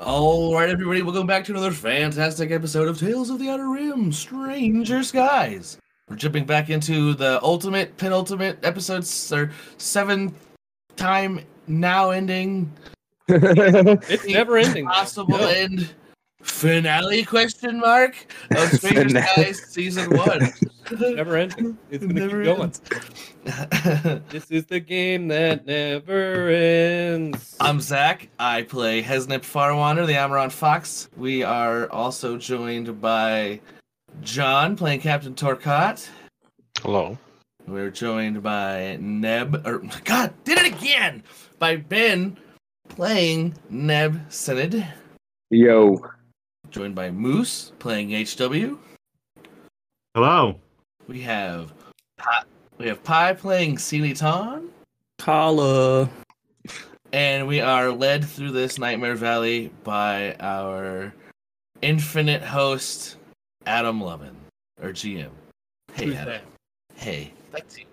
All right, everybody, welcome back to another fantastic episode of Tales of the Outer Rim Stranger Skies. We're jumping back into the ultimate, penultimate episode, or seventh time now ending, It's never ending. possible end, finale question mark of Stranger Finale. Skies season one. Never ending. It's gonna Never keep going. ends. This is the game that never ends. I'm Zach. I play Hesnip Farwander, the Amaron Fox. We are also joined by John playing Captain Torcott. Hello. We're joined by Neb, or God, did it again! By Ben playing Neb Synod. Yo. Joined by Moose playing HW. Hello. We have Pi- we have Pi playing Celiton. Kala. And we are led through this nightmare valley by our infinite host, Adam Lovin, or GM. Hey, Who's Adam. that? Hey, that's you.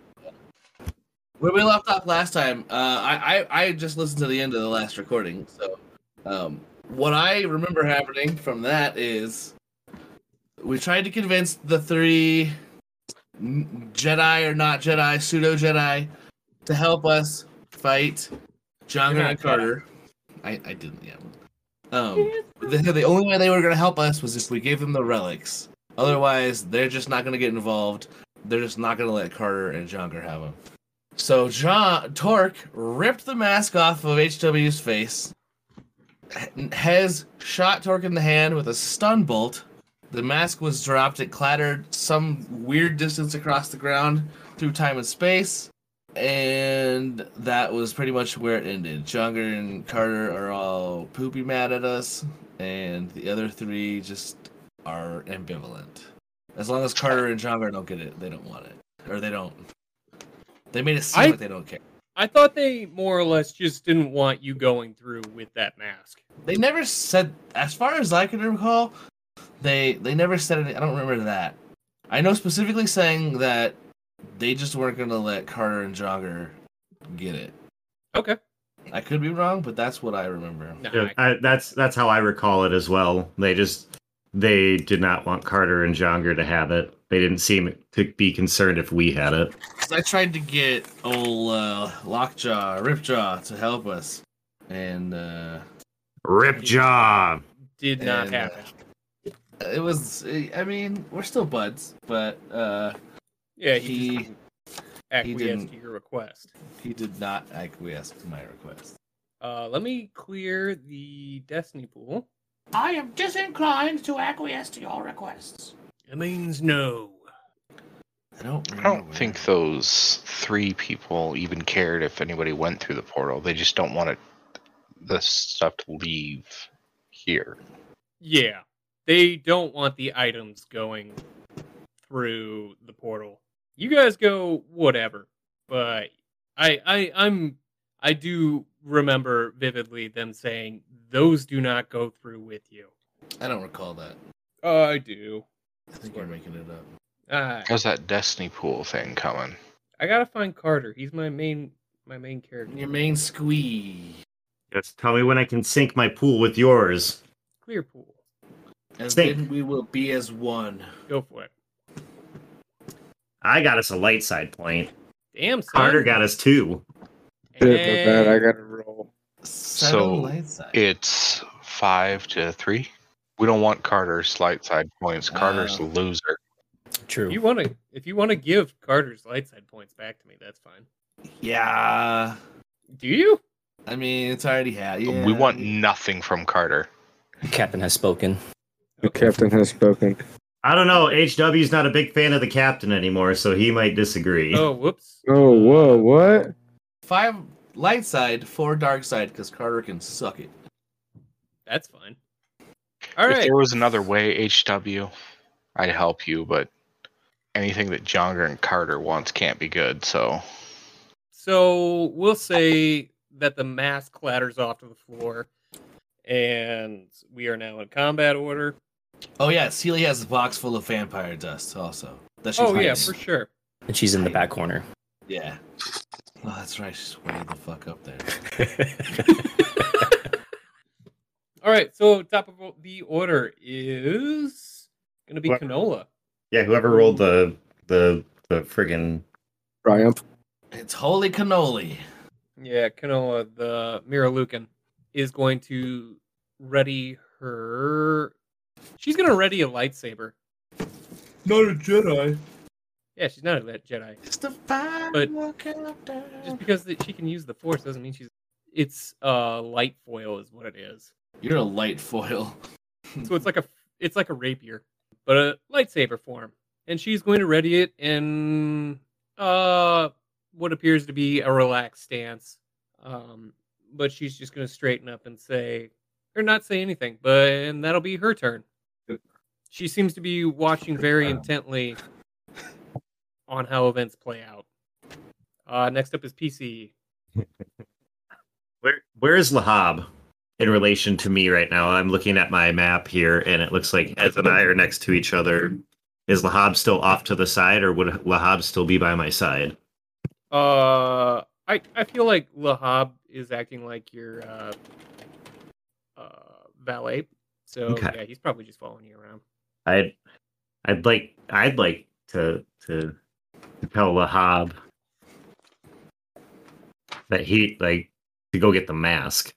Where we left off last time, uh, I, I I just listened to the end of the last recording. So, um, what I remember happening from that is we tried to convince the three n- Jedi or not Jedi, pseudo Jedi, to help us fight John You're and not Jedi. Carter. I, I didn't, yeah. Um, the, the only way they were going to help us was if we gave them the relics. Otherwise, they're just not going to get involved. They're just not going to let Carter and Jonker have them. So John Torque ripped the mask off of HW's face. H- Hez shot Torque in the hand with a stun bolt. The mask was dropped. It clattered some weird distance across the ground through time and space. And that was pretty much where it ended. Junger and Carter are all poopy mad at us, and the other three just are ambivalent. As long as Carter and Junger don't get it, they don't want it. Or they don't. They made it seem I- like they don't care. I thought they more or less just didn't want you going through with that mask. They never said, as far as I can recall, they they never said any. I don't remember that. I know specifically saying that they just weren't going to let Carter and Jogger get it. Okay. I could be wrong, but that's what I remember. Nah, Yeah, I, that's that's how I recall it as well. They just they did not want Carter and Jonger to have it. They didn't seem to be concerned if we had it. 'Cause I tried to get old uh, Lockjaw, Ripjaw to help us, and uh, Ripjaw. did not And, uh, happen. it was. I mean, we're still buds, but uh, Yeah, he, he- just didn't acquiesce didn't. to your request. he did not acquiesce to my request. Uh, let me clear the destiny pool. I am disinclined to acquiesce to your requests. It means no. I don't. I remember. don't think those three people even cared if anybody went through the portal. They just don't want it, the stuff to leave here. Yeah, they don't want the items going through the portal. You guys go whatever, but I I I'm I do remember vividly them saying those do not go through with you. I don't recall that. Oh, I do. I think you're making it up. Uh, How's that Destiny Pool thing coming? I gotta find Carter. He's my main my main character. Your main squee. Just tell me when I can sink my pool with yours. Clear pool. And Stink. then we will be as one. Go for it. I got us a light side point. Damn son. Carter got us two. And- gotta roll. Seven So, light side. It's five to three. We don't want Carter's light side points. Carter's Ah. a loser. True. if you want to if you want to give Carter's light side points back to me, that's fine. yeah. Do you? I mean, it's already had. Yeah. we want nothing from Carter. Captain has spoken. The captain has spoken. I don't know. HW's not a big fan of the captain anymore, so he might disagree. Oh, whoops. Oh, whoa, what? five light side, four dark side, because Carter can suck it. That's fine. All if right. there was another way, HW, I'd help you, but anything that Jonger and Carter wants can't be good. So So we'll say that the mask clatters off to the floor, and we are now in combat order. Oh yeah, Celia has a box full of vampire dust also. That she's oh yeah, hiding. for sure. And she's in the back corner. yeah. Oh, that's right. She's way the fuck up there. All All right, so top of the order is gonna be Whoever- canola. Yeah, whoever rolled the the the friggin' Triumph. It's holy cannoli. Yeah, Kanoa, the Mira Lucan, is going to ready her. She's going to ready a lightsaber. Not a Jedi. Yeah, she's not a le- Jedi. Just a fine But- character. Just because that she can use the Force doesn't mean she's. It's uh, light foil, is what it is. You're a light foil. So it's like a it's like a rapier, but a lightsaber form. And she's going to ready it in uh, what appears to be a relaxed stance. Um, but she's just going to straighten up and say, or not say anything. But and that'll be her turn. She seems to be watching very intently on how events play out. Uh, next up is PC. Where where is Lahab in relation to me right now? I'm looking at my map here, and it looks like Ez and I are next to each other. Is Lahab still off to the side, or would Lahab still be by my side? Uh, I I feel like Lahab is acting like your uh, uh, valet, so Okay. yeah, he's probably just following you around. I'd I'd like I'd like to to, to tell Lahab that he like to go get the mask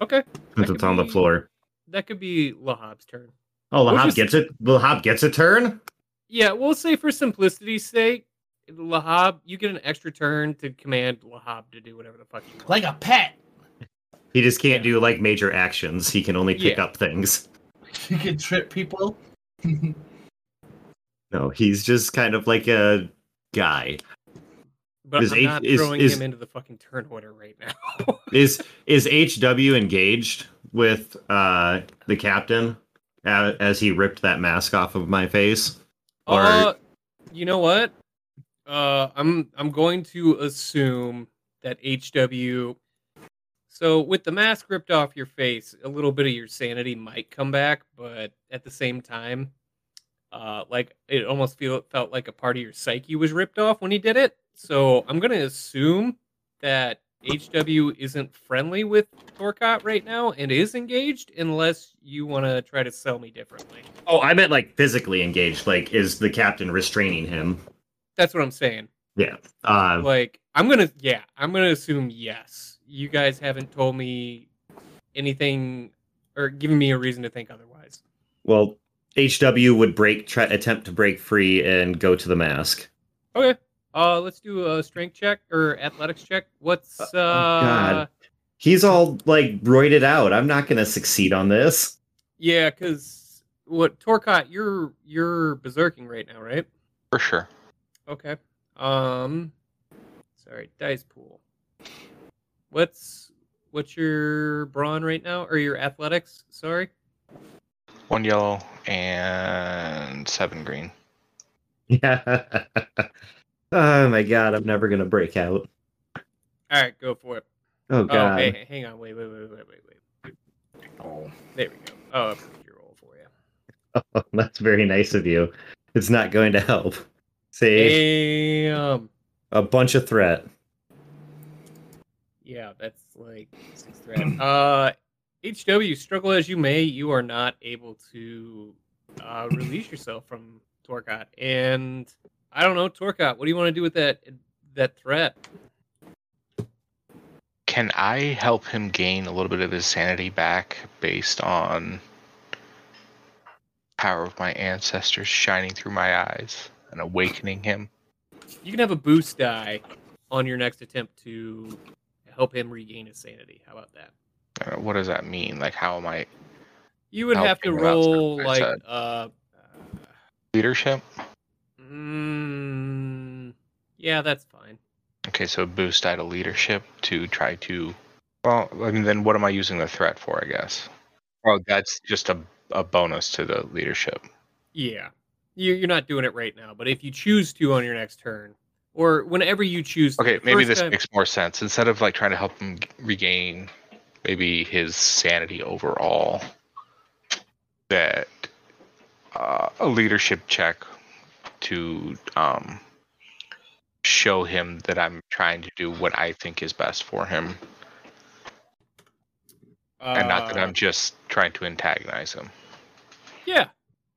Okay, since could it's on the be- floor. that could be Lahab's turn. Oh, We'll Lahab just- gets it. Lahab gets a turn. Yeah, we'll say for simplicity's sake, Lahab, you get an extra turn to command Lahab to do whatever the fuck you want. Like a pet. He just can't do like major actions. He can only pick Yeah. up things. You can trip people. No, he's just kind of like a guy. but is I'm eight- not is- throwing is- him into the fucking turn order right now. Is is HW engaged with uh the captain as, as he ripped that mask off of my face? Or Uh, you know what? Uh, I'm I'm going to assume that HW. So with the mask ripped off your face, a little bit of your sanity might come back, but at the same time, uh, like it almost feel felt like a part of your psyche was ripped off when he did it. So I'm gonna assume that HW isn't friendly with Torcott right now and is engaged, unless you want to try to sell me differently. oh, I meant like physically engaged. Like, is the captain restraining him? That's what I'm saying. Yeah. Uh, like i'm gonna yeah i'm gonna assume yes you guys haven't told me anything or given me a reason to think otherwise well, HW would break try attempt to break free and go to the mask. okay uh let's do a strength check or athletics check what's uh God. He's all like roided out. I'm not gonna succeed on this. yeah because what torcott you're you're berserking right now right For sure. okay um sorry dice pool what's what's your brawn right now or your athletics sorry One yellow and seven green. Yeah. oh my god, I'm never gonna break out. all right go for it Oh Oh, god. hey, hey, hang on, wait, wait, wait, wait, wait, wait. Oh. There we go. Oh, I broke your roll for you. Oh, That's very nice of you. It's not going to help. See, Damn. a bunch of threat. Yeah, that's like six threat. Uh, HW, struggle as you may, you are not able to uh, release yourself from Torcot. And I don't know, Torcot, what do you want to do with that that threat? Can I help him gain a little bit of his sanity back based on power of my ancestors shining through my eyes and awakening him? You can have a boost die on your next attempt to help him regain his sanity. How about that? Uh, What does that mean? Like, how am I You would I'll have to figure it out, sir. roll I like said. uh, leadership? Mm, yeah, that's fine. Okay, so boost out of leadership to try to. Well, I mean, then what am I using the threat for? I guess. Oh, that's just a a bonus to the leadership. Yeah, you, you're not doing it right now, but if you choose to on your next turn, or whenever you choose, to, Okay, the maybe first this time- makes more sense. Instead of like trying to help him g- regain maybe his sanity overall, that uh, a leadership check to um, show him that I'm trying to do what I think is best for him. and not that Uh, I'm just trying to antagonize him. Yeah.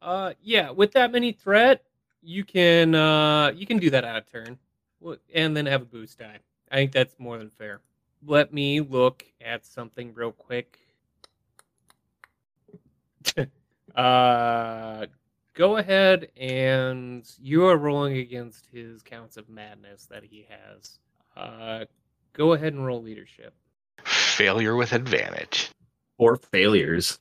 Uh yeah, with that many threat, you can uh you can do that out of turn. Wha- And then have a boost die. I think that's more than fair. Let me look at something real quick. uh go ahead and you are rolling against his counts of madness that he has. Uh go ahead and roll leadership. Failure with advantage. Four failures.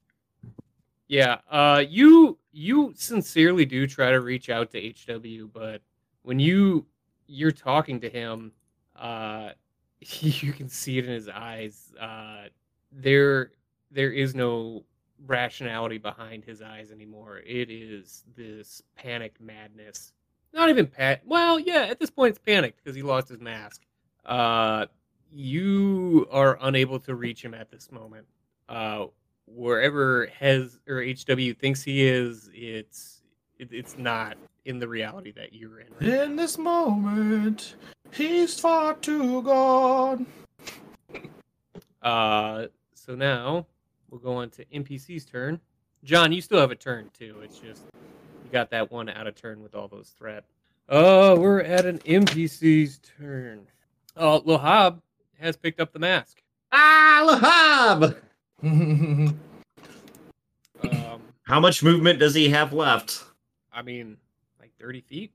Yeah, uh, you you sincerely do try to reach out to HW, but when you you're talking to him, uh, you can see it in his eyes. Uh, there there is no rationality behind his eyes anymore. It is this panic madness. Not even pat. Well, yeah, at this point it's panicked because he lost his mask. Uh, you are unable to reach him at this moment. Uh, wherever has or HW thinks he is, it's it, it's not in the reality that you're in. right In now. this moment, he's far too gone. Uh, so now we'll go on to NPC's turn. John, you still have a turn too. It's just you got that one out of turn with all those threat. Uh, we're at an NPC's turn. Uh, Lohab has picked up the mask. Ah, Lahab! Um, How much movement does he have left? I mean, like thirty feet.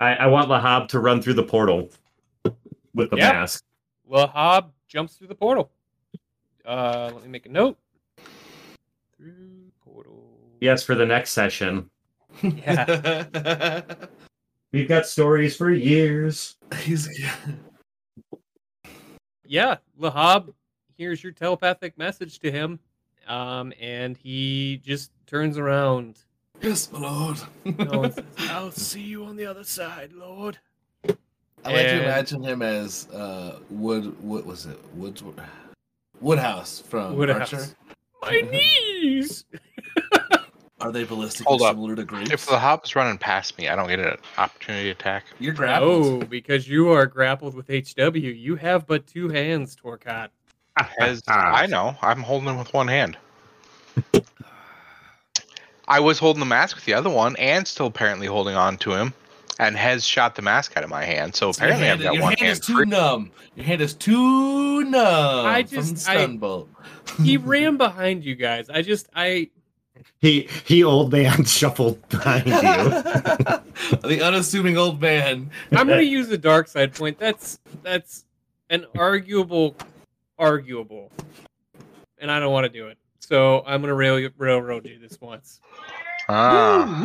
I, I want Lahab to run through the portal with the Yeah. mask. Lahab jumps through the portal. Uh, let me make a note. Through portal. Yes, for the next session. Yeah. We've got stories for years. he's yeah, Lahab hears your telepathic message to him, um, and he just turns around. yes, my lord. No, it says, I'll see you on the other side, Lord. I like to And- imagine him as uh, Wood. What was it? Woods. Woodhouse from Woodhouse. Archer. My knees. Are they ballistic Hold or up. similar to grapes? If the hob's running past me, I don't get an opportunity attack. You're grappled. Oh, because you are grappled with HW, you have but two hands, Torcott. Ah, As I know, I'm holding him with one hand. I was holding the mask with the other one, and still apparently holding on to him, and has shot the mask out of my hand. So Your apparently, hand, I've got your one hand is hand too free. numb. Your hand is too numb. I from just- I- stun bolt. He ran behind you guys. I just, I, He he old man shuffled behind you. the unassuming old man. I'm gonna use the dark side point. That's that's an arguable, arguable, and I don't want to do it. So I'm gonna rail railroad you this once. Ah.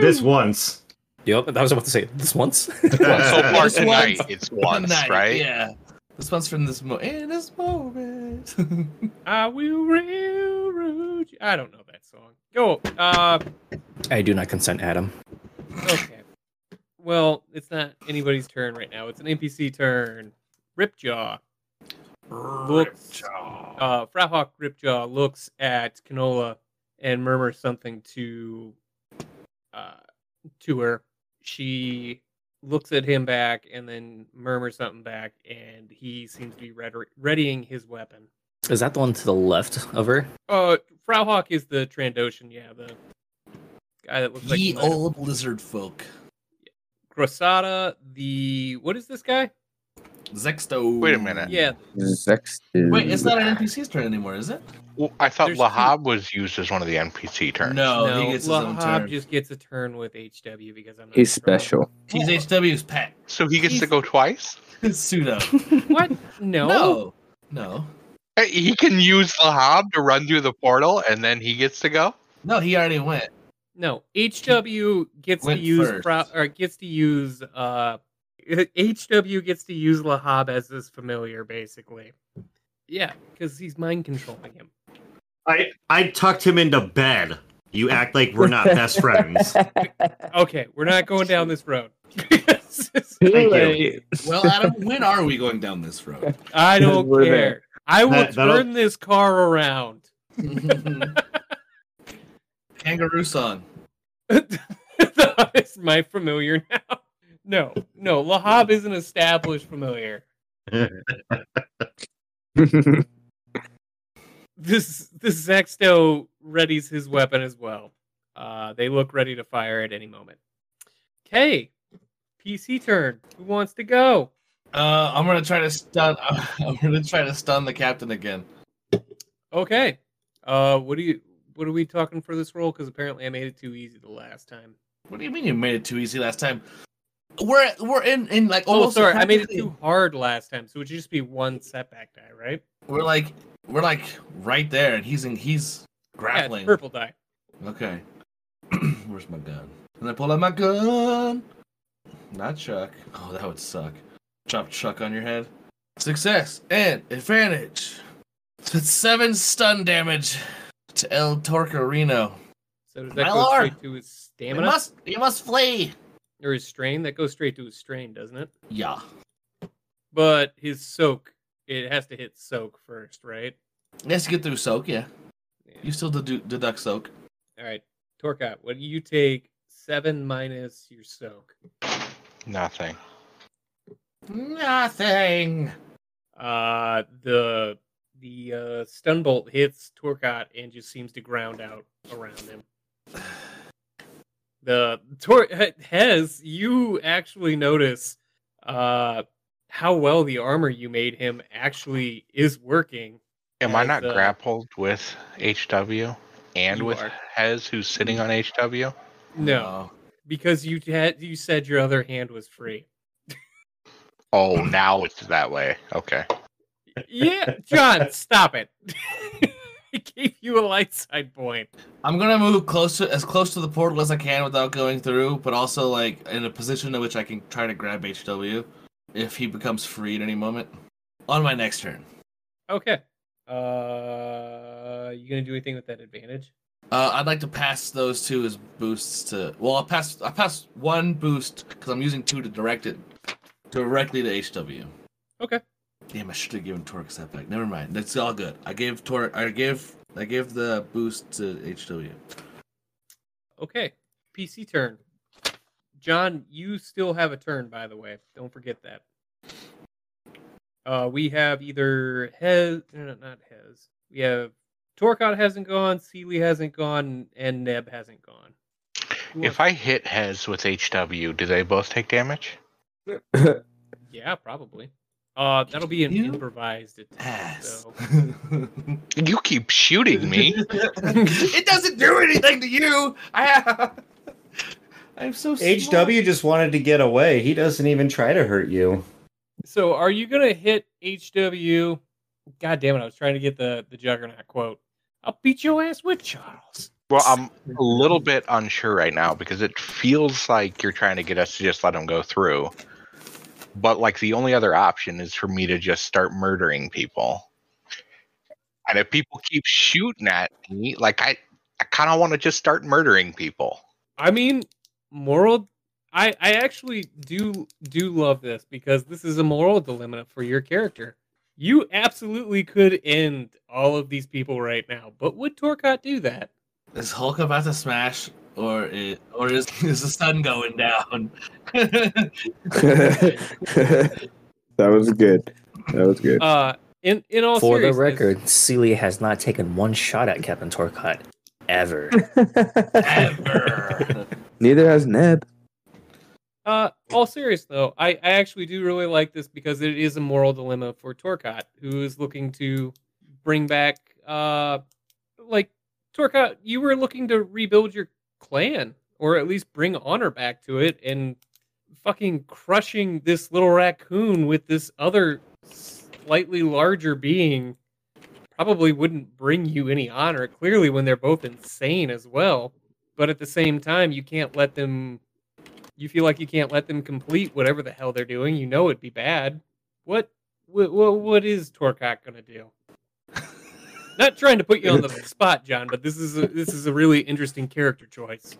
this once. Yep, I was about to say this once. Well, so far This tonight, one's- it's once, Tonight, right? Yeah. This one's from this moment. In this moment. I will railroad you. I don't know that song. Go. Uh. I do not consent, Adam. Okay. Well, it's not anybody's turn right now. It's an NPC turn. Ripjaw. Looks. Uh, Frahawk Ripjaw looks at Canola and murmurs something to, uh, to her. She looks at him back and then murmurs something back, and he seems to be ready- readying his weapon. Is that the one to the left of her? Uh, Frauhawk is the Trandoshan, yeah, the guy that looks like he Ye might have- old lizard folk. Grosada, the what is this guy? Zexto. Wait a minute. Yeah, Zex. Wait, it's not an NPC's turn anymore, is it? Well, I thought There's two- Lahab was used as one of the NPC turns. No, uh, no, Oh, he gets his own Lahab turn. just gets a turn with HW because I'm not He's sure. special. He's HW's pet. So he gets to go twice. Pseudo. What? No. No. No. Hey, Eh, He can use Lahab to run through the portal, and then he gets to go. No, he already went. No, HW gets to Went use first. Fra- or gets to use uh HW gets to use Lahab as his familiar basically. Yeah, cuz he's mind controlling him. I I tucked him into bed. You act like we're not best friends. Okay, we're not going down this road. Thank late. Well, Adam, when are we going down this road? I don't We're care. there. I will That- that'll- turn this car around. Mm-hmm. Kangaroo song. That's my familiar now. No, no, Lahab is an established familiar. this this Zaxto readies his weapon as well. Uh, they look ready to fire at any moment. Okay, PC turn. Who wants to go? Uh, I'm gonna try to stun. I'm gonna try to stun the captain again. Okay. Uh, what do you? What are we talking for this roll? Because apparently I made it too easy the last time. What do you mean you made it too easy last time? We're we're in in like Oh, almost sorry, I made it practically- too hard last time, so it would just be one setback die, right? We're like we're like right there, and he's in he's Yeah, it's grappling. purple die. okay, where's my gun? And I pull out my gun. Not Chuck. Oh, that would suck. Drop Chuck on your head. Success and advantage. So it's seven stun damage to El Torcorino. So does that My go lord! straight to his You stamina must you must flee. or his strain? That goes straight to his strain, doesn't it? Yeah. But his soak, it has to hit soak first, right? It has to get through soak. Yeah. Yeah. You still dedu- deduct soak. All right, Torkat, what do you take? Seven minus your soak. Nothing. Nothing. Uh, the the uh, stun bolt hits Torkat and just seems to ground out around him. The Tor Hez, you actually notice uh how well the armor you made him actually is working. Am I As, not uh, grappled with HW and You with are. Hez who's sitting on HW? Uh. No, because you had you said your other hand was free. Oh, now it's that way. Okay. Yeah, John, stop it. I gave you a light side point. I'm gonna move close to as close to the portal as I can without going through, but also like in a position in which I can try to grab HW if he becomes free at any moment. On my next turn, Okay. Uh, you gonna do anything with that advantage? uh, I'd like to pass those two as boosts to. Well, I'll pass. I pass one boost because I'm using two to direct it directly to HW. Okay. Damn, I should have given Torx that back. Never mind. That's all good. I gave Tor. I gave. I gave the boost to HW. Okay. PC turn. John, you still have a turn, by the way. Don't forget that. Uh, we have either Hez, no, not Hez. We have Torcod hasn't gone, Seeley hasn't gone, and Neb hasn't gone. Who If wants- I hit Hez with HW, do they both take damage? yeah, probably. Uh, that'll be an You improvised attack. Ass. So. You keep shooting me. it doesn't do anything to you. I, I'm so small. HW just wanted to get away. He doesn't even try to hurt you. So are you gonna hit HW? God damn it! I was trying to get the the juggernaut quote. I'll beat your ass with Charles. Well, I'm a little bit unsure right now because it feels like you're trying to get us to just let him go through. But like the only other option is for me to just start murdering people. And if people keep shooting at me, like I, I kind of want to just start murdering people. I mean, moral. I I actually do do love this because this is a moral dilemma for your character. You absolutely could end all of these people right now, but would Torcott do that? Is Hulk about to smash, or i or is is the sun going down? I that was good. That was good. Uh, in in Oh, all For the seriousness- record, Celia has not taken one shot at Captain Torcott ever. Ever. Neither has Neb. Uh, all serious though, I, I actually do really like this because it is a moral dilemma for Torcott, who is looking to bring back, uh, like Torcott, you were looking to rebuild your clan or at least bring honor back to it, and fucking crushing this little raccoon with this other slightly larger being probably wouldn't bring you any honor. Clearly, when they're both insane as well, but at the same time, you can't let them you feel like you can't let them complete whatever the hell they're doing. You know it'd be bad. What what what is Torkat gonna do? Not trying to put you on the spot, John, but this is a, this is a really interesting character choice.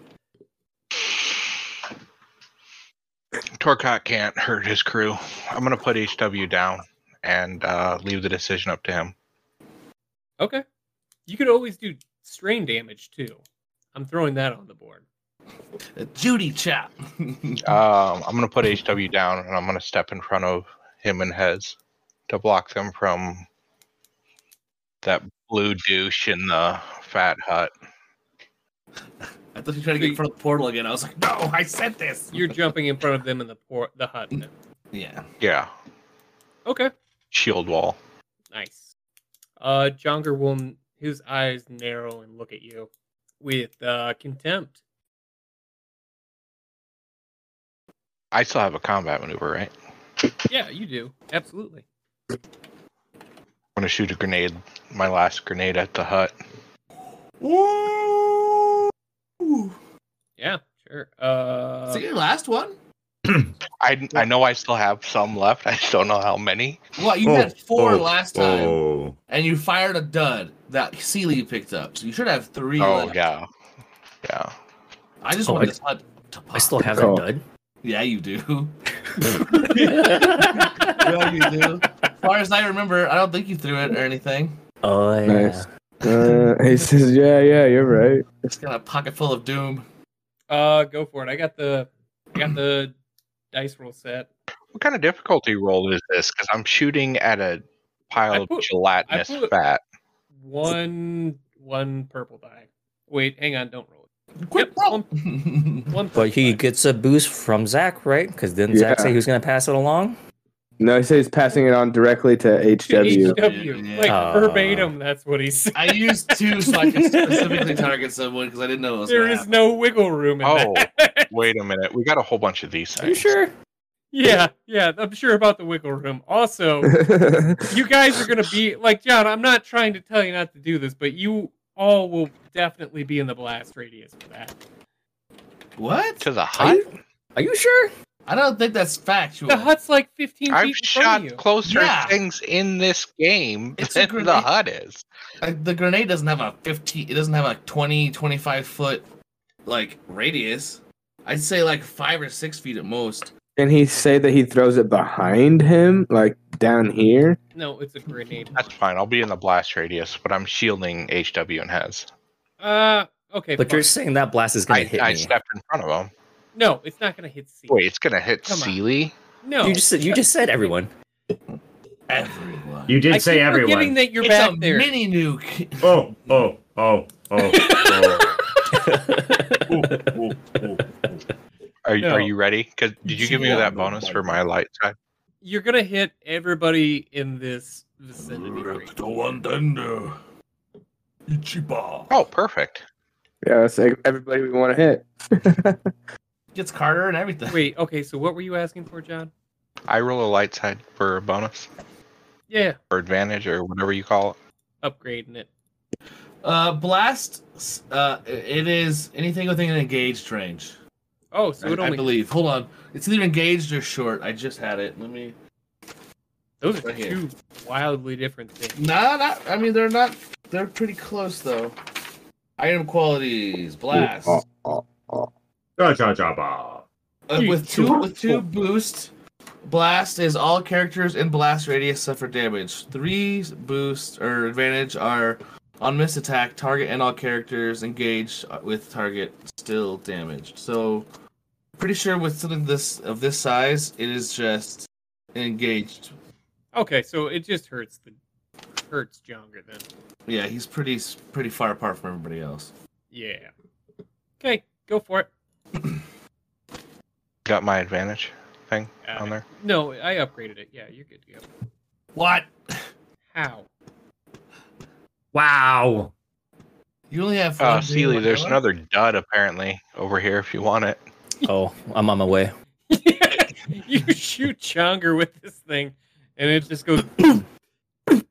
Torcott can't hurt his crew. I'm gonna put HW down and uh, leave the decision up to him. Okay, you could always do strain damage too. I'm throwing that on the board. Judy chap. Um, I'm gonna put HW down and I'm gonna step in front of him and Hez to block them from that blue douche in the fat hut. I thought you were trying to get in front of the portal again. I was like, no, I said this. You're jumping in front of them in the port, the hut. now. Yeah. Yeah, Okay, shield wall. nice. Uh, Jonger will n- his eyes narrow and look at you with uh, contempt. I still have a combat maneuver, right? I'm Yeah, you do absolutely. gonna shoot a grenade, my last grenade at the hut. Yeah, sure. Uh, Is it your last one? I I know I still have some left. I just don't know how many. Well, you had four oh, last time, Oh, and you fired a dud that Sealy picked up. So you should have three. Oh left. yeah, yeah. I just Oh, want I- this hut to pop. I still have that Oh. dud. Yeah, you do. yeah, you do. As far as I remember, I don't think you threw it or anything. Oh yeah. Nice. Uh, he says, "Yeah, yeah, you're right." It's got a pocket full of doom. uh, go for it. I got the, I got the dice roll set. What kind of difficulty roll is this? Because I'm shooting at a I pile put- I of gelatinous put- fat. One, one purple die. Wait, hang on, don't roll Quick, Yep, roll. it. One. But purple he die. gets a boost from Zach, right? Because didn't Zach Yeah. say he was gonna pass it along? No, he says he's passing it on directly to To HW. HW, Yeah. like Uh, verbatim. That's what he said. I used two so I could specifically target someone because I didn't know it was. There gonna is happen. no wiggle room in Oh. that. Wait a minute, we got a whole bunch of these things. Are you sure? yeah, yeah, I'm sure about the wiggle room. Also, you guys are gonna be like John. I'm not trying to tell you not to do this, but you all will definitely be in the blast radius for that. What? To the Are hut? you, are you sure? I don't think that's factual. The hut's like 15 feet in I've front of shot you. closer Yeah. things in this game It's a than the grenade. hut is. Like, the grenade doesn't have a 15 it doesn't have a 20 25 foot like radius i'd say like five or six feet at most and he say that he throws it behind him, like down here. No, it's a grenade. That's fine. I'll be in the blast radius, but I'm shielding HW and Hez. Uh, okay, But you're fine. saying that blast is gonna I, hit I me. stepped in front of him. no, it's not gonna hit C. Wait, it's gonna hit Come on. Sealy. no, You just said you just said everyone. everyone you did I say keep everyone. forgetting that you're it's back a there. mini nuke Oh, oh, oh, oh. oh. Are, you are No. you ready? Because did you give me Yeah, that no, bonus no. for my light side? you're gonna hit everybody in this vicinity. right? Oh, perfect. Yeah, it's like e-, everybody we want to hit. gets carter and everything Wait, okay, so what were you asking for, John? I roll a light side for a bonus Yeah, or advantage or whatever you call it. upgrading it. uh blast s- uh it is anything within an engaged range Oh, so it I, I only believe hold on it's either engaged or short i just had it let me those are right here. two wildly different things. nah not i mean they're not they're pretty close though item qualities blast Oh, oh, Ja, ja, ja, ba. Uh, with two with two boost blast is all characters in blast radius suffer damage. Three boost or advantage are on miss attack, target and all characters engaged with target still damaged. So pretty sure with something this of this size, it is just engaged. Okay, so it just hurts the hurts Jonger then. Yeah, he's pretty s- pretty far apart from everybody else. Yeah. Okay, go for it. Got my advantage thing Uh, on there. No, I upgraded it. Yeah, you're good to go. What? How? Wow. You only have Uh, one green, Sealy, one there's yellow? another dud apparently over here if you want it. oh, I'm on my way. you shoot Jonger with this thing, and it just goes boom, boom,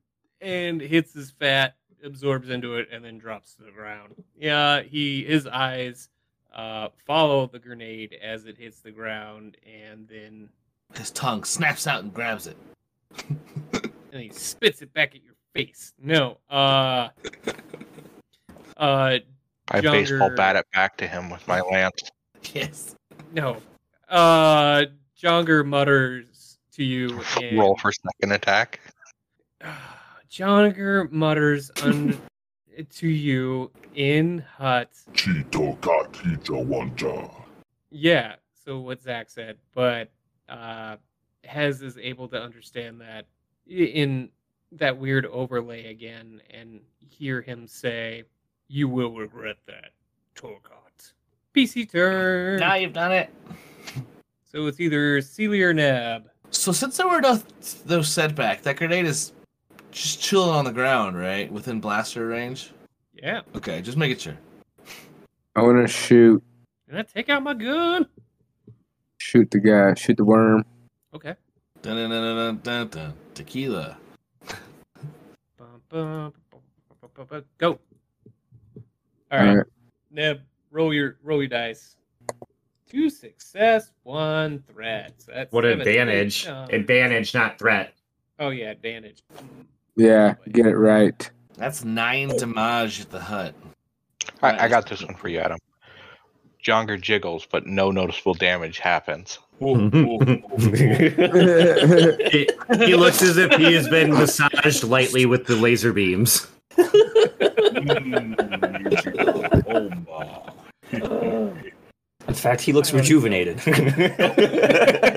and hits his fat, absorbs into it, and then drops to the ground. Yeah, he his eyes uh, follow the grenade as it hits the ground, and then His tongue snaps out and grabs it. and he spits it back at your face. No, uh, uh, I baseball Younger- bat it back to him with my lance. Yes. no, uh, Jonger mutters to you. And, Roll for second attack. Joniger mutters un- to you in hut. Chito ka kicho wancha. Yeah, so what Zach said, but uh, Hez is able to understand that i- in that weird overlay again and hear him say, "You will regret that, Torcott." PC turn. Now you've done it. So it's either Sealy or Nab. So since there were no no setback, that grenade is just chilling on the ground, right? Within blaster range. Yeah. Okay, just making sure. I want to shoot, Did I take out my gun? shoot the guy, shoot the worm. Okay. Dun dun dun dun dun dun. Tequila. Bum, bum, bum, bum, bum, bum, bum. Go. All right. Neb, roll your roll your dice. Two success, one threat. So that's What seven advantage? damage. Um, Advantage, not threat. oh yeah, advantage. Yeah, get it right. That's Oh. nine damage at the hut. I, I got this one for you, Adam. Jonger jiggles, but no noticeable damage happens. He, he looks as if he has been massaged lightly with the laser beams. In fact, he looks rejuvenated.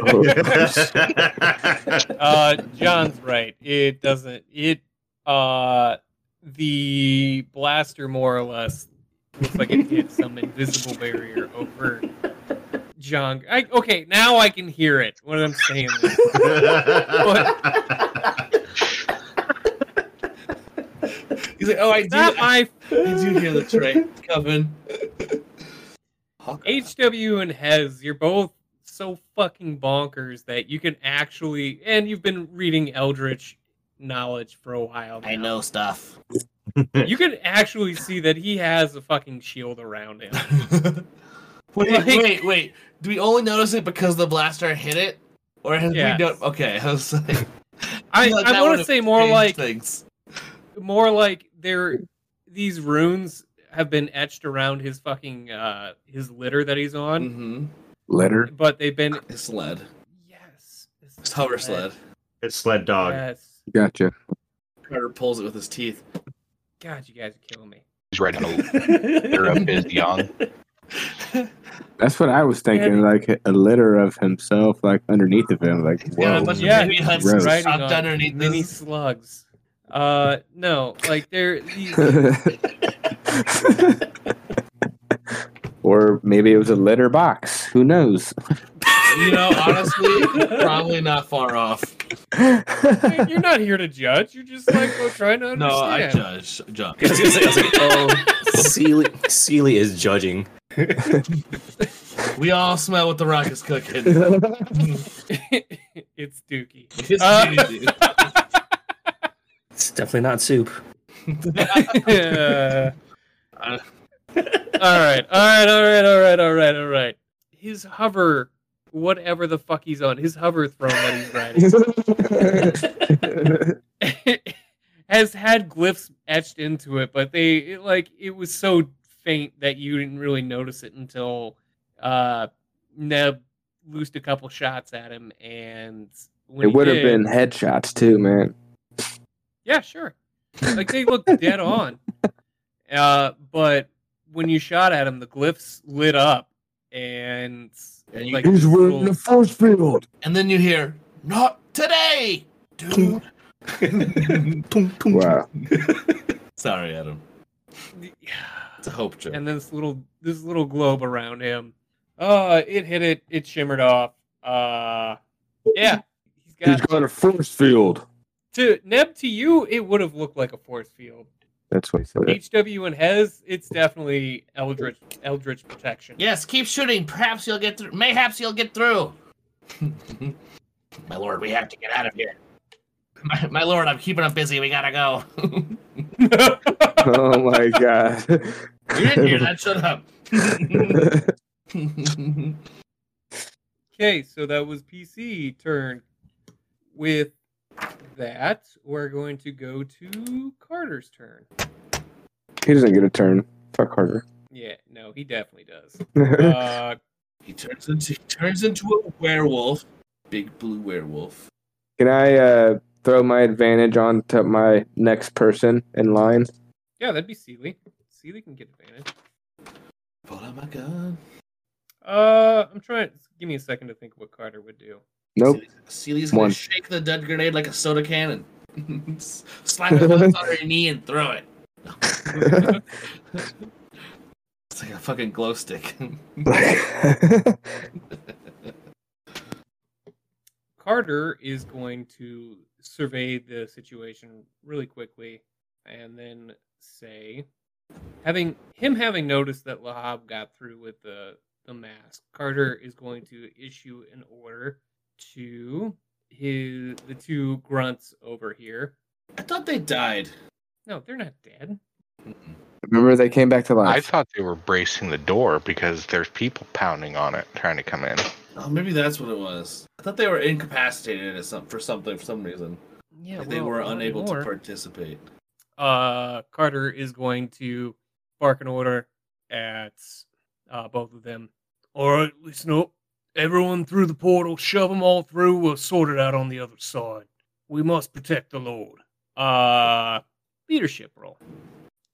Uh, John's right. It doesn't. It uh, the blaster more or less looks like it hit some invisible barrier over John. I, okay, now I can hear it. What I'm saying. Is, He's like, oh, I it's do. not I, my I do hear the train coming. HW and Hez, you're both so fucking bonkers that you can actually, and you've been reading Eldritch knowledge for a while. I now. know stuff. You can actually see that he has a fucking shield around him. wait, Like- wait, wait. Do we only notice it because the blaster hit it, or has Yes. we done? Okay, I was like, I, Like, I that want to would've say more changed like things. more like there these runes have been etched around his fucking uh his litter that he's on, Mm-hmm. Letter. but they've been His sled, yes, this his is hover lit. sled. it's sled dog. Yes, Gotcha. Carter pulls it with his teeth. God, you guys are killing me. He's right on the litter of his young. That's what I was thinking, like a litter of himself, like underneath of him, like Yeah, whoa. a bunch Yeah, of baby huts gross. Riding tucked on underneath mini this. slugs. Uh, no, like they're these, or maybe it was a litter box. Who knows? You know, honestly, probably not far off. like, you're not here to judge. You're just like well, trying to No, I understand. judge. Judge. I was gonna say- I was like, oh, Sealy, Sealy is judging. We all smell what the rocket's cooking. That's it's Dookie. It's Uh, easy. It's definitely not soup. Yeah. Uh, all right, all right, all right, all right, all right, all right. His hover, whatever the fuck he's on, his hover throne that he's riding has had glyphs etched into it, but they it, like it was so faint that you didn't really notice it until uh Neb loosed a couple shots at him, and when it he would have did- been headshots too, man. Yeah, sure. Like they looked dead on. Uh, but when you shot at him, the glyphs lit up, and And you- like He's this wearing little- the force field. and then you hear, "Not today, dude." Wow. Sorry, Adam. It's a hope joke. and this little this little globe around him. Uh, it hit it. It shimmered off. Uh, yeah, he's got He's got a force field. to Neb. To you, it would have looked like a force field. That's what he said. HW and Hez, it's definitely eldritch eldritch protection. Yes, keep shooting. Perhaps you'll get through. Mayhaps you'll get through. my lord, we have to get out of here. My, my lord, I'm keeping him busy. We gotta go. Oh my god. you didn't hear that. Shut up. Okay, so that was PC turn. With that, we're going to go to Carter's turn. he doesn't get a turn. Fuck Carter. Yeah, no, he definitely does. Uh, he turns into he turns into a werewolf, big blue werewolf. Can I uh, throw my advantage on to my next person in line? yeah, that'd be Seeley. Seeley can get advantage. Pull out my gun. Uh, I'm trying. Give me a second to think what Carter would do. Nope. Seeley's gonna One. shake the dead grenade like a soda can and Slap it once on your knee and throw it. It's like a fucking glow stick. Carter is going to survey the situation really quickly and then say having him having noticed that Lahab got through with the the mask, Carter is going to issue an order to his the two grunts over here. I thought they died. No, they're not dead. Mm-mm. Remember, they came back to I life. thought they were bracing the door because there's people pounding on it trying to come in. Oh, maybe that's what it was. I thought they were incapacitated at some, for something for some reason. Yeah, Like, they were unable to participate. uh, Carter is going to bark an order at uh, both of them. All right, listen up. Everyone through the portal, shove them all through. We'll sort it out on the other side. We must protect the Lord. Uh, leadership role.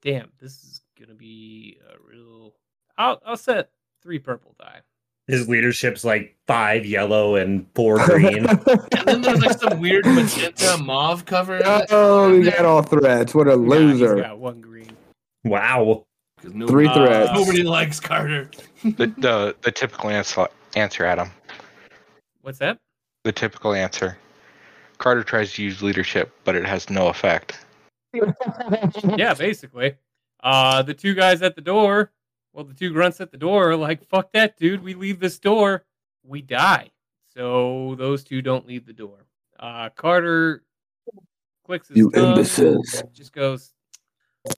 Damn, this is gonna be a real. I'll I'll set three purple die. His leadership's like five yellow and four green. And then there's like some weird magenta mauve cover. oh, we got all threads. What a Nah, he's loser. got one green. wow. Three nobody, threads. Nobody likes Carter. The the, the typical answer, answer, Adam. What's that? The typical answer. Carter tries to use leadership, but it has no effect. yeah, basically. Uh, the two guys at the door, well, the two grunts at the door are like, fuck that, dude. We leave this door, we die. So those two don't leave the door. Uh, Carter clicks his You thumb, imbeciles. just goes,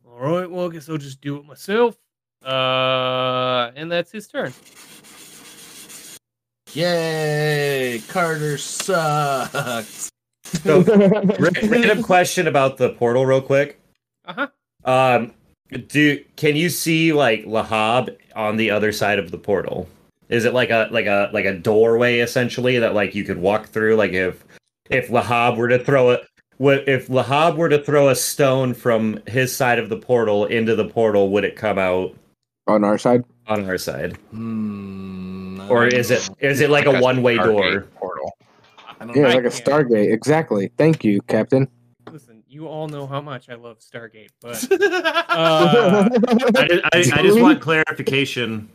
all right, well, I guess I'll just do it myself. Uh, and that's his turn. Yay, Carter sucks. So, ra- random question about the portal, real quick. Uh huh. Um, do can you see like Lahab on the other side of the portal? Is it like a like a like a doorway essentially that like you could walk through? Like if if Lahab were to throw it, what if Lahab were to throw a stone from his side of the portal into the portal? Would it come out On our side, on our side, Hmm, I or don't is it know. is it like a Because one way Stargate door? portal. I don't yeah, know. I like a can't. Stargate. Exactly. Thank you, Captain. Listen, you all know how much I love Stargate, but uh, I, ju- I, I just want clarification.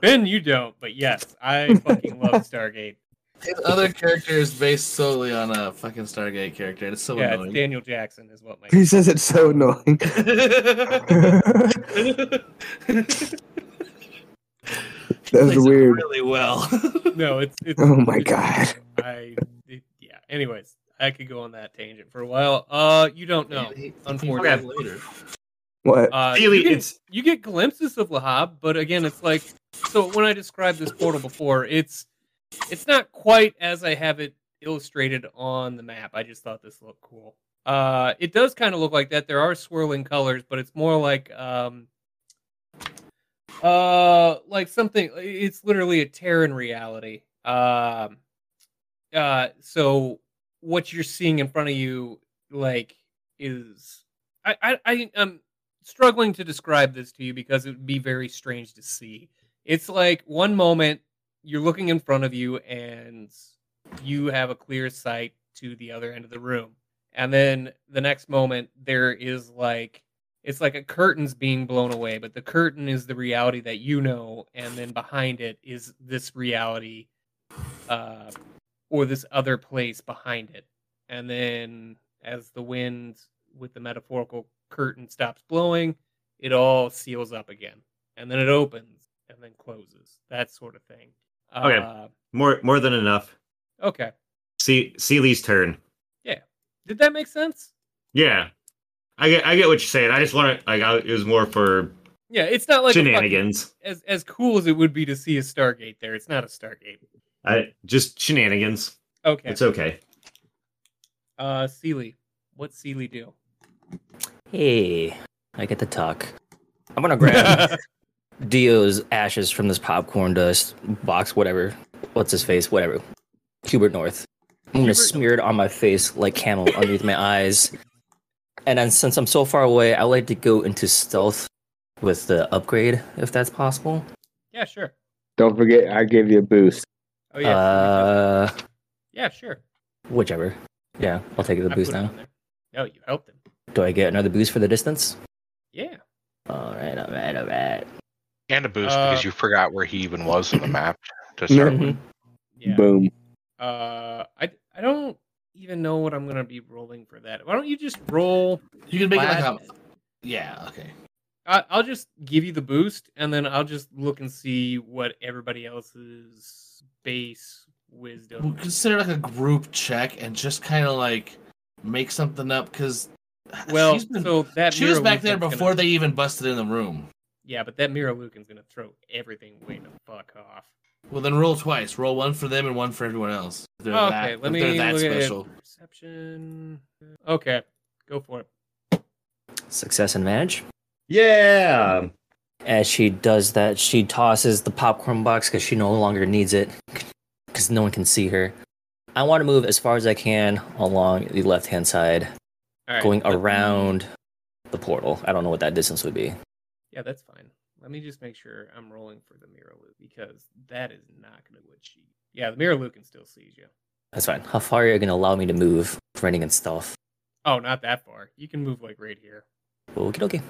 Ben, you don't. But yes, I fucking love Stargate. His other character is based solely on a fucking Stargate character. and It's so yeah, it's annoying. Daniel Jackson is what my He says it's so annoying. that was Plays it weird. Really well. no, it's, it's Oh my it's- god. I it- yeah. Anyways, I could go on that tangent for a while. Uh, you don't know. Unfortunately, later. What? Uh, Really, you get- it's you get glimpses of Lahab, but again, it's like so. When I described this portal before, it's it's not quite as I have it illustrated on the map. I just thought this looked cool. Uh, it does kind of look like that. There are swirling colors, but it's more like um, uh, like something. It's literally a Terran reality. Um, uh, so what you're seeing in front of you, like, is I I I um struggling to describe this to you because it would be very strange to see. It's like one moment you're looking in front of you and you have a clear sight to the other end of the room. And then the next moment there is like it's like a curtain's being blown away, but the curtain is the reality that you know and then behind it is this reality uh or this other place behind it. And then as the wind with the metaphorical curtain stops blowing, it all seals up again. And then it opens and then closes. That sort of thing. Okay. Uh, more more than enough. okay. See Seely's turn. Did that make sense? Yeah, I get I get what you're saying. I just want to like I, it was more for Yeah, it's not like a fucking- shenanigans. as as cool as it would be to see a Stargate there, it's not a Stargate. I just shenanigans. Okay. It's okay. Uh Seely. What's Seely do? Hey, I get to talk. I'm gonna grab Dio's ashes from this popcorn dust box, whatever. What's his face? Whatever. Hubert North. I'm gonna Hubert smear it on my face like camel underneath my eyes. And then since I'm so far away, I like to go into stealth with the upgrade, if that's possible. yeah, sure. Don't forget, I gave you a boost. Oh yeah. Seely does. uh, yeah, sure. whichever. Yeah, I'll take it I the put boost it now. on there. Oh, you helped him. Do I get another boost for the distance? Yeah. All right, all right, all right. and a boost Uh, because you forgot where he even was in the map to start with. Mhm. Yeah. Boom. Uh, I I don't even know what I'm gonna be rolling for that. Why don't you just roll? You can make it flat? like a. Yeah. Okay. I, I'll just give you the boost, and then I'll just look and see what everybody else's base Well, wisdom. consider like a group check and just kind of like make something up because. Well, she's been- so that she was Mira back there Lucan's before gonna, they even busted in the room. Yeah, but that Mira Lucan's gonna throw everything way the fuck off. Well, then roll twice. Roll one for them and one for everyone else. If they're okay, that, let if me they're that look special. at perception. Okay, go for it. Success and advantage. Yeah. As she does that, she tosses the popcorn box because she no longer needs it because no one can see her. I want to move as far as I can along the left hand side, All right, going let me- around the portal. I don't know what that distance would be. Yeah, that's fine. Let me just make sure I'm rolling for the Mirror Luke because that is not going to what she. Yeah, the Mirror Luke can still sees you. That's fine. How far are you going to allow me to move, running and stealth? Oh, not that far. You can move like right here. Okie dokie.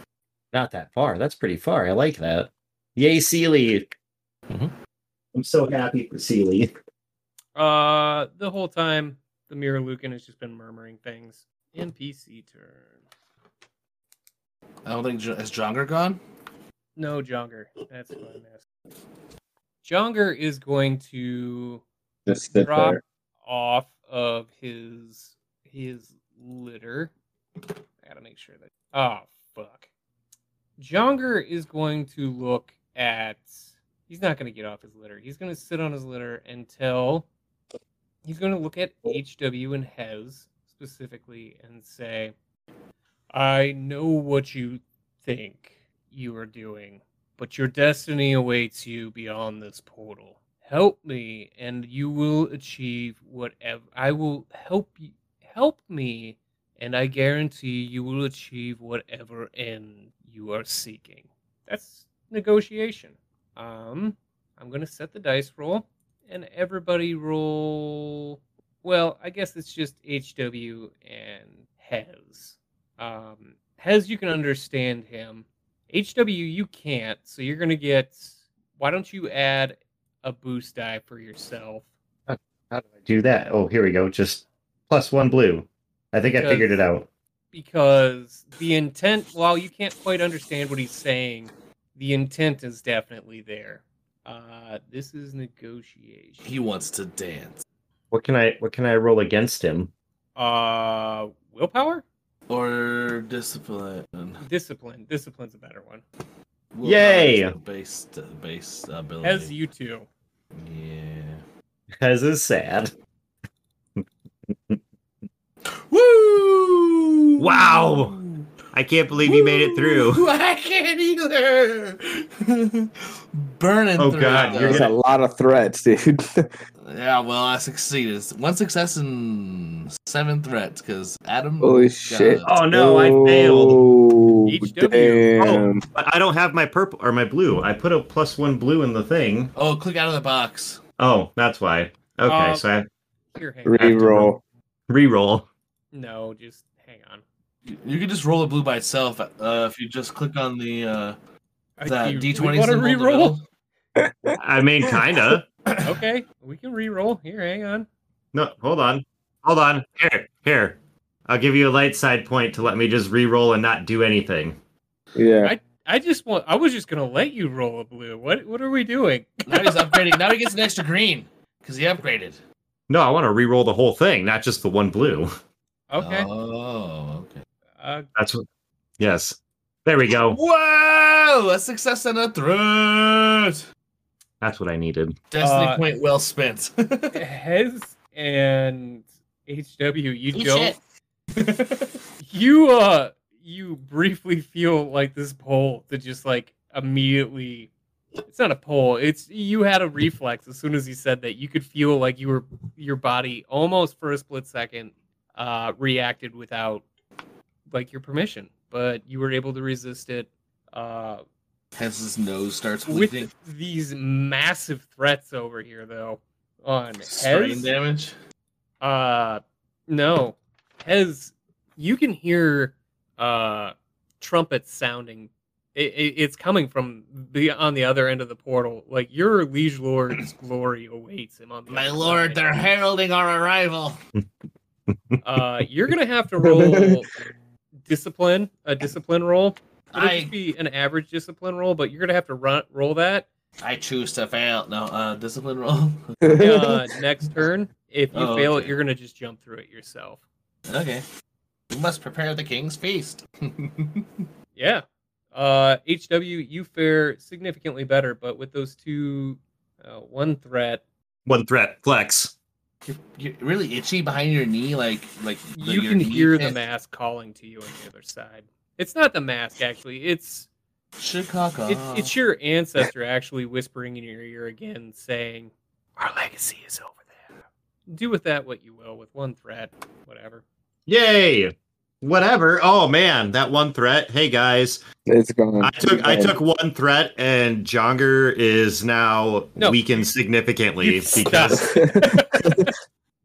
Not that far. That's pretty far. I like that. Yay, Sealy. Mhm. Mm-hmm. I'm so happy for Sealy. Uh, the whole time the Mirror Lucan has just been murmuring things. NPC turn. I don't think Jo- has Jonger gone. No, Jonger. That's what I missed. Jonger is going to Just sit drop there. off of his his litter. I gotta make sure that. Oh fuck. Jonger is going to look at. He's not gonna get off his litter. He's gonna sit on his litter until. He's gonna look at HW and Hez specifically and say, "I know what you think you are doing." but your destiny awaits you beyond this portal. Help me, and you will achieve whatever. I will help you. Help me, and I guarantee you will achieve whatever end you are seeking. That's negotiation. Um, I'm gonna set the dice roll, and everybody roll. Well, I guess it's just HW and Hez. Um, Hez, you can understand him. HW, you can't. So you're going to get. Why don't you add a boost die for yourself? How do I do that? Oh, here we go. Just plus one blue. I think I Because- figured it out. Because the intent, while you can't quite understand what he's saying, the intent is definitely there. Uh, this is negotiation. He wants to dance What can I what can I roll against him? uh, willpower? or discipline. Discipline. Discipline's a better one. Well, Yay! no, it's the Base, the base ability. As you two. Yeah. Because is sad. Woo! Wow! I can't believe you made it through. Woo! I can't either. Burning. Oh, through God, it, you're There's though. a lot of threats, dude. Yeah, well, I succeeded. One success and seven threats, because Adam. Holy got shit. Oh no, I failed. E Oh, HW. damn. But I don't have my purple or my blue. I put a plus one blue in the thing. Oh, click out of the box. Oh, that's why. Okay, Um, so I Here, hang on. Reroll. reroll. No, just hang on. You you can just roll a blue by itself uh, if you just click on the uh, I- that you D really twenty wanna symbol. in the reroll? middle. I mean, kinda. Okay, we can re-roll. Here, hang on. No, hold on, hold on. Here, here. I'll give you a light side point to let me just reroll and not do anything. Yeah. I just want. I was just gonna let you roll a blue. What What are we doing? Now he's upgrading. Now he gets an extra green because he upgraded. No, I want to reroll the whole thing, not just the one blue. Okay. Oh, okay. Uh, That's what. Yes. There we go. Whoa! A success and a threat. That's what I needed. Destiny Uh, point well spent. Hez and HW, you Eat don't. You uh, you briefly feel like this pole to just like immediately. It's not a pole. It's you had a reflex as soon as he said that. You could feel like you were your body almost for a split second uh, reacted without like your permission, but you were able to resist it. Uh, Hence his nose starts bleeding. with these massive threats over here though on Strain Hez, damage. uh no Hez you can hear uh, trumpets sounding. It, it, it's coming from the on the other end of the portal. Like your liege lord's glory awaits him on the My other lord, side. they're heralding our arrival. Uh, you're gonna have to roll discipline, a discipline roll. It'll I just be an average discipline roll, but you're gonna have to run roll that I choose to fail. No, uh, discipline roll. uh, next turn. If you Oh, fail it, okay. you're gonna just jump through it yourself. okay. We must prepare the king's feast. Yeah. Uh, HW, you fare significantly better, but with those two, uh, one threat, One threat, flex. you're, you're really itchy behind your knee, like like the- you your can knee hear the pit. mask calling to you on the other side. It's not the mask, actually. It's Chicago. it's, it's your ancestor actually whispering in your ear again, saying, "Our legacy is over there." Do with that what you will. With one threat, whatever. Yay! Whatever. Oh man, that one threat. Hey guys, It's gone. I took I took one threat, and Jonger is now No. weakened significantly You because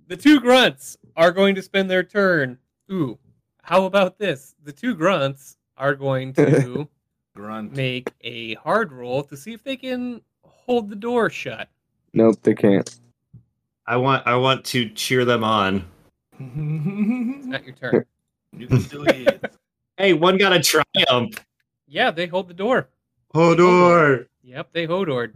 The two grunts are going to spend their turn. Ooh, how about this? The two grunts are going to grunt. make a hard roll to see if they can hold the door shut. Nope, they can't. I want I want to cheer them on. It's not your turn. you can do it. Hey, one got a triumph. Yeah, they hold the door. Hodor. Yep, they hodored.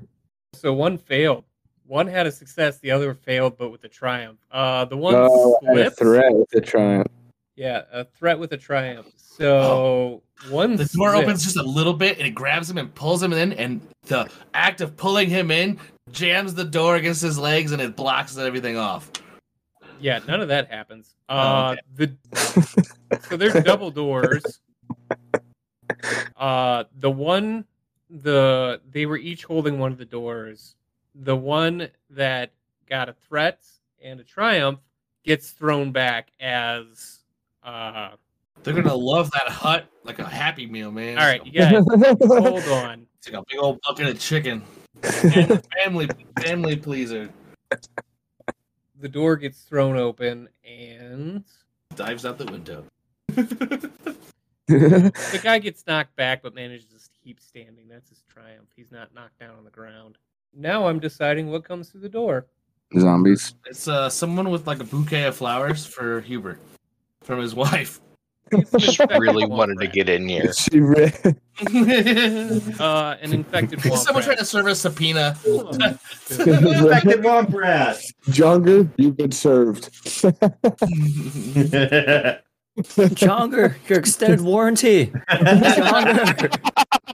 So one failed. One had a success, the other failed, but with a triumph. Uh, the one No, I had Oh, a slipped. threat with the triumph. Yeah, a threat with a triumph. So one. Oh, The door slipped. opens just a little bit, and it grabs him and pulls him in. And the act of pulling him in jams the door against his legs, and it blocks everything off. Yeah, none of that happens. Oh, Uh, the so there's double doors. Uh, the one, the they were each holding one of the doors. The one that got a threat and a triumph gets thrown back as. Uh, They're gonna love that hut like a happy meal, man. all right, you guys, hold on. It's like a big old bucket of chicken. And family, family pleaser The door gets thrown open, and dives out the window. the guy gets knocked back, but manages to keep standing. That's his triumph. He's not knocked down on the ground. Now I'm deciding what comes through the door. Zombies. It's uh, someone with like a bouquet of flowers for Hubert from his wife. Just really wanted to get in here. She re- Someone uh, an infected womp trying to serve a subpoena. rat. Infected womp rat. Junger, you've been served. Jonger, your extended warranty. Jonger.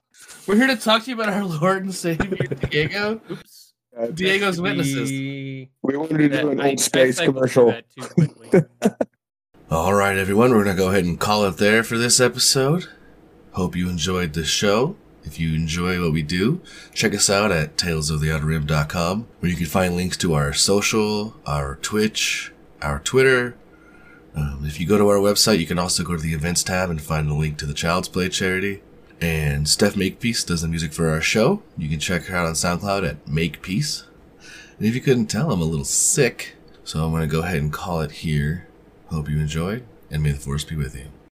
We're here to talk to you about our Lord and Savior Diego. Oops. Diego's witnesses. We- We wanted to that- do an I- I old space cycled through commercial. that too quickly. All right, everyone, we're going to go ahead and call it there for this episode. Hope you enjoyed the show. If you enjoy what we do, check us out at talesoftheouterrim.com, where you can find links to our social, our Twitch, our Twitter. Um, if you go to our website, you can also go to the events tab and find the link to the Child's Play charity. And Steph Makepeace does the music for our show. You can check her out on SoundCloud at Makepeace. And if you couldn't tell, I'm a little sick, so I'm going to go ahead and call it here. Hope you enjoyed, and may the force be with you.